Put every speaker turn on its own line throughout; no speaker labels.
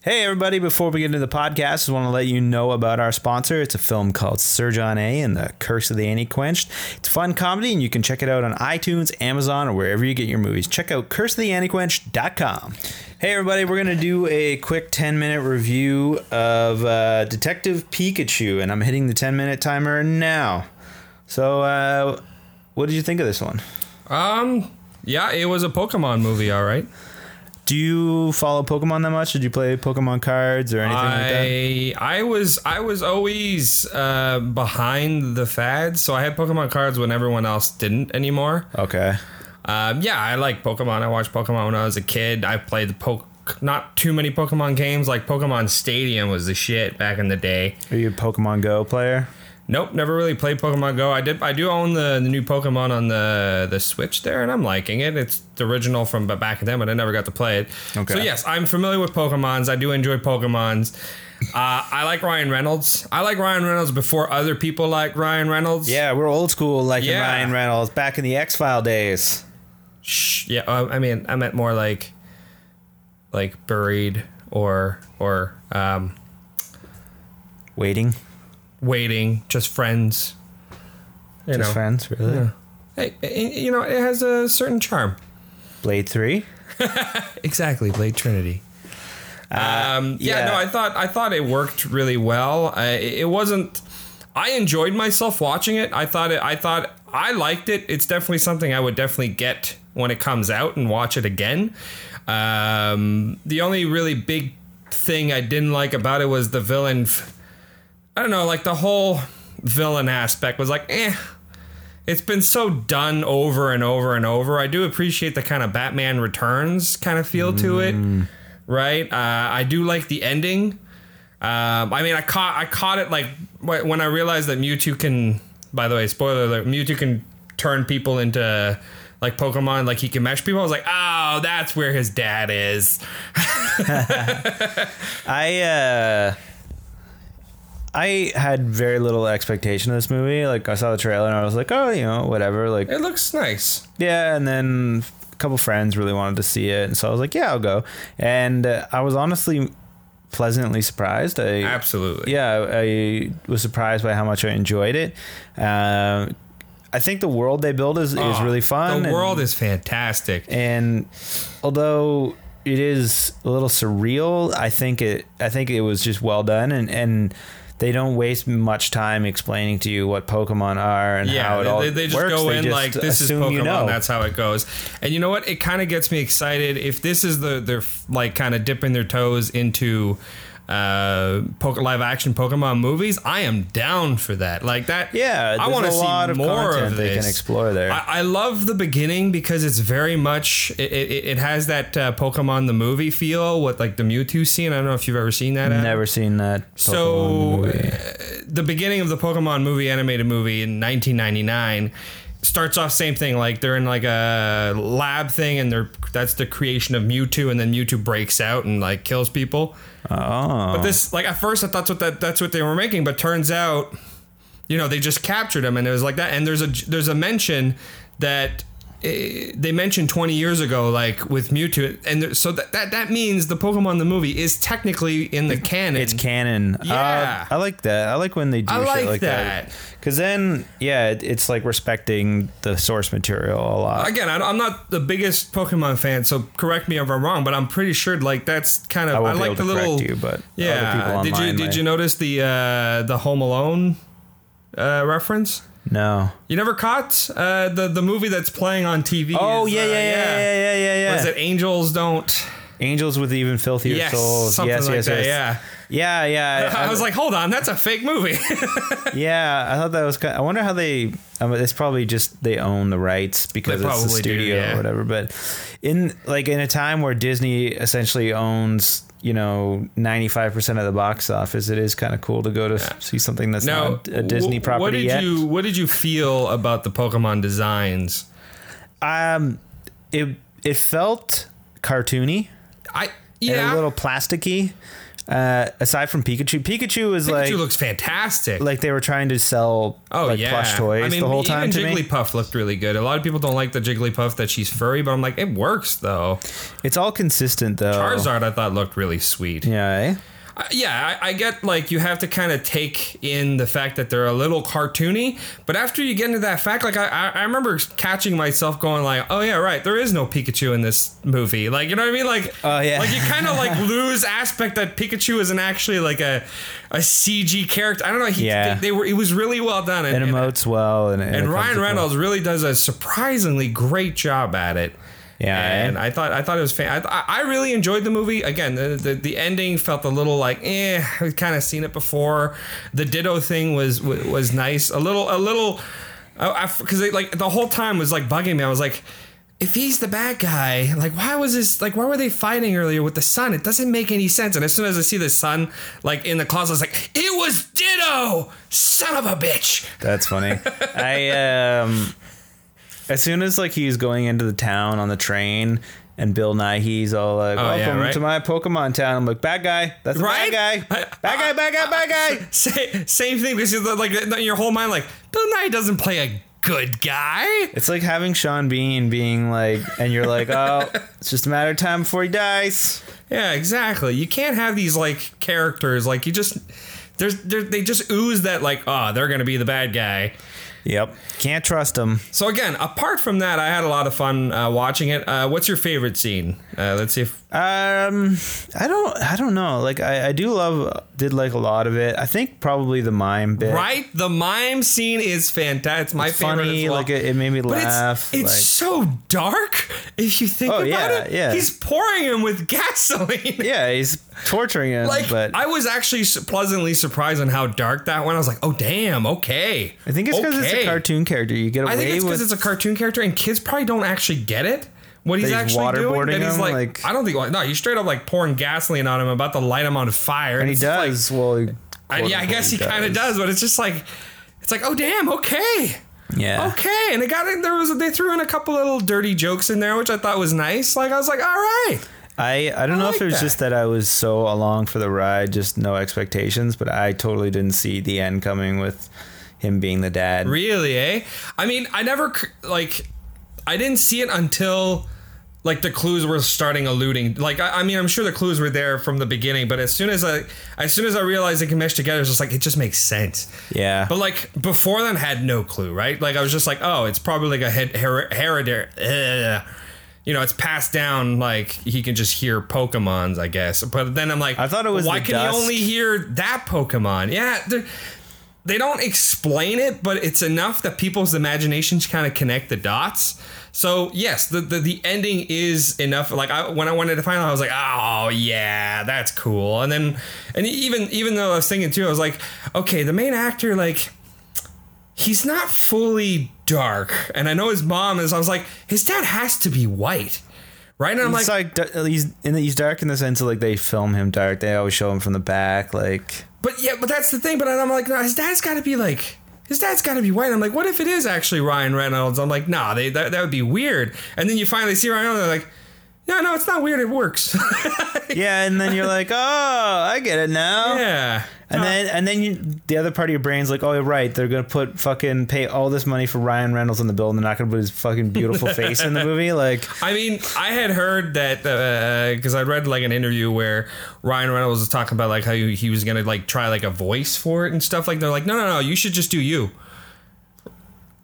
Hey, everybody, before we get into the podcast, I want to let you know about our sponsor. It's a film called Sir John A. and the Curse of the Annie Quenched. It's a fun comedy, and you can check it out on iTunes, Amazon, or wherever you get your movies. Check out curseoftheanniequenched.com. Hey, everybody, we're going to do a quick 10 minute review of uh, Detective Pikachu, and I'm hitting the 10 minute timer now. So, uh, what did you think of this one?
Um, yeah, it was a Pokemon movie, all right.
Do you follow Pokemon that much? Did you play Pokemon cards or anything like that?
I I was I was always uh, behind the fads, so I had Pokemon cards when everyone else didn't anymore.
Okay.
Um, yeah, I like Pokemon. I watched Pokemon when I was a kid. I played the Poke. Not too many Pokemon games. Like Pokemon Stadium was the shit back in the day.
Are you a Pokemon Go player?
Nope, never really played Pokemon Go. I did. I do own the, the new Pokemon on the the Switch there, and I'm liking it. It's the original from ba- back then, but I never got to play it.
Okay.
So yes, I'm familiar with Pokemon's. I do enjoy Pokemon's. Uh, I like Ryan Reynolds. I like Ryan Reynolds before other people like Ryan Reynolds.
Yeah, we're old school like in
Yeah.
Ryan Reynolds back in the X File days.
Shh, yeah. Uh, I mean, I meant more like like buried or or um,
Waiting.
waiting, just friends. You
Just
know,
friends, really?
Hey, i- i- you know, it has a certain charm.
Blade 3?
Exactly, Blade Trinity. um, yeah,
yeah.
no, I thought I thought it worked really well. I, it wasn't. I enjoyed myself watching it. I thought it. I thought I liked it. It's definitely something I would definitely get when it comes out and watch it again. Um, the only really big thing I didn't like about it was the villain. f- I don't know, like the whole villain aspect was like, eh. It's been so done over and over and over. I do appreciate the kind of Batman Returns kind of feel to it, right? Uh, I do like the ending. Um, I mean, I caught I caught it like wh- when I realized that Mewtwo can. By the way, spoiler alert: Mewtwo can turn people into like Pokemon. Like he can mesh people. I was like, oh, that's where his dad is.
I uh I had very little expectation of this movie. Like I saw the trailer and I was like, "Oh, you know, whatever." Like,
It looks nice.
yeah, and then a couple friends really wanted to see it, and so I was like, "Yeah, I'll go." And uh, I was honestly pleasantly surprised. I
Absolutely.
yeah, I was surprised by how much I enjoyed it. Uh, I think the world they build is, is
Oh,
really fun.
The
and-
world is fantastic.
and although it is a little surreal, I think it I think it was just well done and and they don't waste much time explaining to you what Pokemon are and how
Yeah,
it
they,
all
they, they just
works.
go
They
in
just
like this is
assume
Pokemon.
You know.
That's how it goes. And you know what? It kind of gets me excited if this is the they're f- like kind of dipping their toes into uh poke, live action Pokemon movies. I am down for that. Like that.
Yeah,
I
there's
want
a
to see
lot of
more
content
of
they
this.
can explore there.
I, I love the beginning because it's very much it, it, it has that uh, Pokemon the movie feel with like the Mewtwo scene. I don't know if you've ever seen that. Adam.
Never seen that. Pokemon
So,
movie.
uh, the beginning of the Pokemon movie animated movie in 1999 starts off same thing like they're in like a lab thing and they're that's the creation of Mewtwo and then Mewtwo breaks out and like kills people.
oh,
But this like at first I thought that's what that, that's what they were making, but turns out you know they just captured him and it was like that. And there's a there's a mention that. eh, They mentioned 20 years ago, like with Mewtwo, and there, so that, that that means the Pokemon the movie is technically in the canon.
it's canon. Uh,
Mm. Yeah.
I like that. I like when they do
I
shit
like
like that.
that.
Because then, yeah, it, it's like respecting the source material a lot.
again, I- I'm not the biggest Pokemon fan, so correct me if I'm wrong, but I'm pretty sure like that's kind of
I
I,
won't be
like
able
the
to
little
correct you, but
yeah.
other
Did
people
you
online
did
might.
you notice the uh, the Home Alone uh, reference?
No.
You never caught uh, the the movie that's playing on TV?
Oh
is,
yeah,
uh,
yeah, yeah, yeah, yeah, yeah, yeah.
Was it Angels Don't?
Angels with even filthier
Yes,
souls?
something
yes,
like
yes,
that.
yes. Yeah, yeah.
Yeah, I was like, hold on, that's a fake movie.
yeah. I thought that was. Kind I wonder how they. I mean, it's probably just they own the rights because
They
it's the
probably do,
studio
yeah.
or whatever. But in like in a time where Disney essentially owns. You know, ninety-five percent of the box office. It is kind of cool to go to see something that's
now,
not a Disney
wh-
property
What did
yet.
you What did you feel about the Pokemon designs?
um, it it felt cartoony
I
and
yeah,
a little plasticky. Uh, aside from Pikachu, Pikachu is
Pikachu
like
looks fantastic.
like they were trying to sell
oh
like
yeah,
plush toys
I mean,
the whole
even
time to me.
Jigglypuff looked really good. A lot of people don't like the Jigglypuff that she's furry, but I'm like, it works though.
It's all consistent though.
Charizard I thought looked really sweet.
Oh. Yeah. eh?
Uh, yeah, I, I get like you have to kind of take in the fact that they're a little cartoony, but after you get into that fact, like I, I I remember catching myself going like, oh yeah, right, there is no Pikachu in this movie, like you know what I mean, like
Oh, yeah.
like you kind of like lose aspect that Pikachu isn't actually like a a CG character. I don't know, he,
Yeah.
they, they were it was really well done, and,
It
and,
emotes well and it
and Ryan
comes
Reynolds really does a surprisingly great job at it.
Yeah, eh?
and I thought I thought it was fan. I, I really enjoyed the movie. Again, the, the the ending felt a little like eh. We've kind of seen it before. The Ditto thing was was, was nice. A little a little because like the whole time was like bugging me. I was like. If he's the bad guy, like why was this? Like why were they fighting earlier with the sun? It doesn't make any sense. And as soon as I see the sun, like in the closet, I was like, "It was Ditto, son of a bitch."
That's funny. I um as soon as like he's going into the town on the train and Bill Nighy's all like,
Oh, yeah,
"Welcome
right?
to my Pokemon town." I'm like, "Bad guy, that's the
Right?
bad guy,
I-
bad guy, bad guy, bad guy."
Same, same thing because you're like in your whole mind, like Bill Nye doesn't play a good guy.
It's like having Sean Bean being like, and you're like, "Oh, it's just a matter of time before he dies."
Yeah, exactly. You can't have these like characters like you just there's there, they just ooze that like oh they're gonna be the bad guy.
Yep, can't trust him.
So again, apart from that, I had a lot of fun uh, watching it. Uh, what's your favorite scene? Uh, let's see if
Um, I don't, I don't know. Like, I, I do love, did like a lot of it. I think probably the mime bit.
right the mime scene is fantastic. It's my favorite.
funny.
as well.
Like it, it made me
But
laugh.
it's, it's
like,
so dark if you think
Oh,
about
yeah,
it.
yeah.
He's pouring him with gasoline.
yeah, he's torturing him,
like
but I,
I was actually su- pleasantly surprised on how dark that went. I was like, oh damn, okay.
think it's because it's
Okay.
a cartoon character. You get away
I think it's
with
because it's a cartoon character, and kids probably don't actually get it. What he's
he's
actually doing,
waterboarding
that he's
him,
like,
like-
I don't think, no, he's straight up like pouring gasoline on him, about to light him on fire,
and he
it's just like-
does. well, he-
I, yeah, I guess he kind of does, but it's just like, it's like, oh damn, okay,
Yeah.
okay, and it got in. There was they threw in a couple little dirty jokes in there, which I thought was nice. Like I was like, all right,
I I don't know
like
if it was
that.
just that I was so along for the ride, just no expectations, but I totally didn't see the end coming with him being the dad.
Really, eh? I mean, I never c- like I didn't see it until like the clues were starting alluding. Like I, I mean, I'm sure the clues were there from the beginning, but as soon as I as soon as I realized it can mesh together, it's just like it just makes sense.
yeah.
But like before then, I had no clue, right? Like I was just like, oh, it's probably like a head hereditary. You know, it's passed down. Like he can just hear Pokemon's, I guess. But then I'm like,
I thought it was
why
the
can
dust.
he only hear that Pokemon? Yeah, they're- they don't explain it, but it's enough that people's imaginations kind of connect the dots. So yes, the, the the ending is enough. Like I, when I wanted to find out, I was like, oh yeah, that's cool. And then, and even even though I was thinking too, I was like, okay, the main actor like he's not fully dark. And I know his mom is, I was like, his dad has to be white. Right? And I'm
it's
like,
like, d- uh, he's in the, he's dark in the sense of like they film him dark. They always show him from the back, like
but yeah, but that's the thing. But I'm like, no, his dad's got to be like, his dad's got to be white. I'm like, what if it is actually Ryan Reynolds? I'm like, nah, they, that, that would be weird. And then you finally see Ryan Reynolds, they're like, no, no, it's not weird. It works.
yeah. And then you're like, oh, I get it now.
yeah.
And then and then you, the other part of your brain's like, oh, right, they're gonna put fucking pay all this money for Ryan Reynolds on the bill, and they're not gonna put his fucking beautiful face in the movie. Like,
I mean, I had heard that because I read like an interview where Ryan Reynolds was talking about like how he, he was gonna like try like a voice for it and stuff. Like they're like, no, no, no, you should just do you.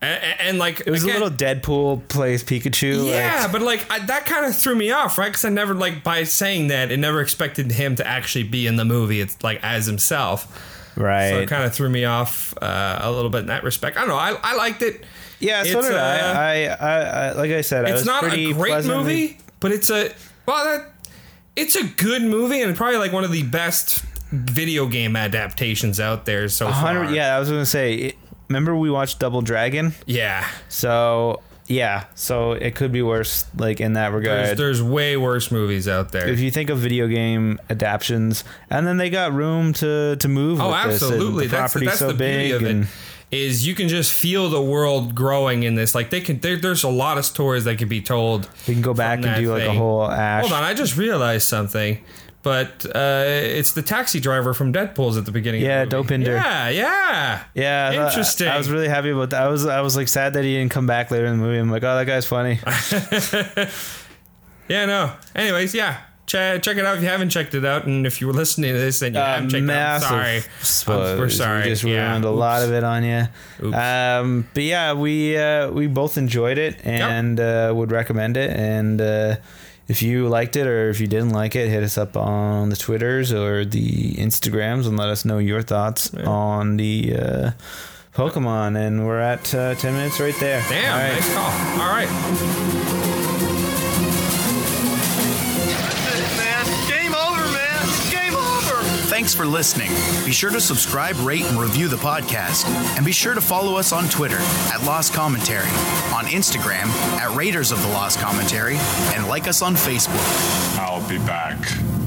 And, and like
it was a little Deadpool plays Pikachu.
yeah, but like I, that kind of threw me off, right? Because I never like by saying that, it never expected him to actually be in the movie. It's like as himself.
like, right.
So it kind of threw me off uh, a little bit in that respect. I don't know. I, I liked it.
yeah, so
it's,
did
uh,
I. I, I. I. Like I said, I
it's
was
not
pretty
a great
pleasantly-
movie, but it's a well, that, it's a good movie and probably like one of the best video game adaptations out there so far.
Hundred. Yeah, I was gonna say. It, remember we watched Double Dragon?
yeah.
So yeah, so it could be worse. Like in that regard.
There's, there's way worse movies out there.
if you think of video game adaptions, and then they got room to to move.
Oh,
with
absolutely.
This, and the
that's
property's
that's
so
the
big
beauty of
and
it. Is you can just feel the world growing in this. Like they can, there, there's a lot of stories that can be told.
we can go back and
that
do like
thing.
a whole Ash.
Hold on, I just realized something. but uh, it's the taxi driver from Deadpool's at the beginning.
Yeah,
of the movie.
Dopinder.
Yeah, yeah,
Yeah, I thought-
Interesting.
I, was really happy about that. I was I was like sad that he didn't come back later in the movie. I'm like, oh, that guy's funny.
yeah. No. Anyways, yeah. Check, check it out if you haven't checked it out, and if you were listening to this and you
Uh,
haven't checked it out,
massive
I'm sorry,
spoilers.
I'm- we're sorry.
We just
yeah.
ruined a lot of it on you.
Oops.
Um, but yeah, we uh, we both enjoyed it and uh, would recommend it. And uh, if you liked it or if you didn't like it, hit us up on the Twitters or the Instagrams and let us know your thoughts on the uh, Pokemon. And we're at uh, ten minutes right there.
Damn,
All right.
nice call. All right.
it, man. Game over, man. Game over.
Thanks for listening. Be sure to subscribe, rate, and review the podcast. And be sure to follow us on Twitter at Lost Commentary, on Instagram at Raiders of the Lost Commentary, and like us on Facebook.
I'll be back.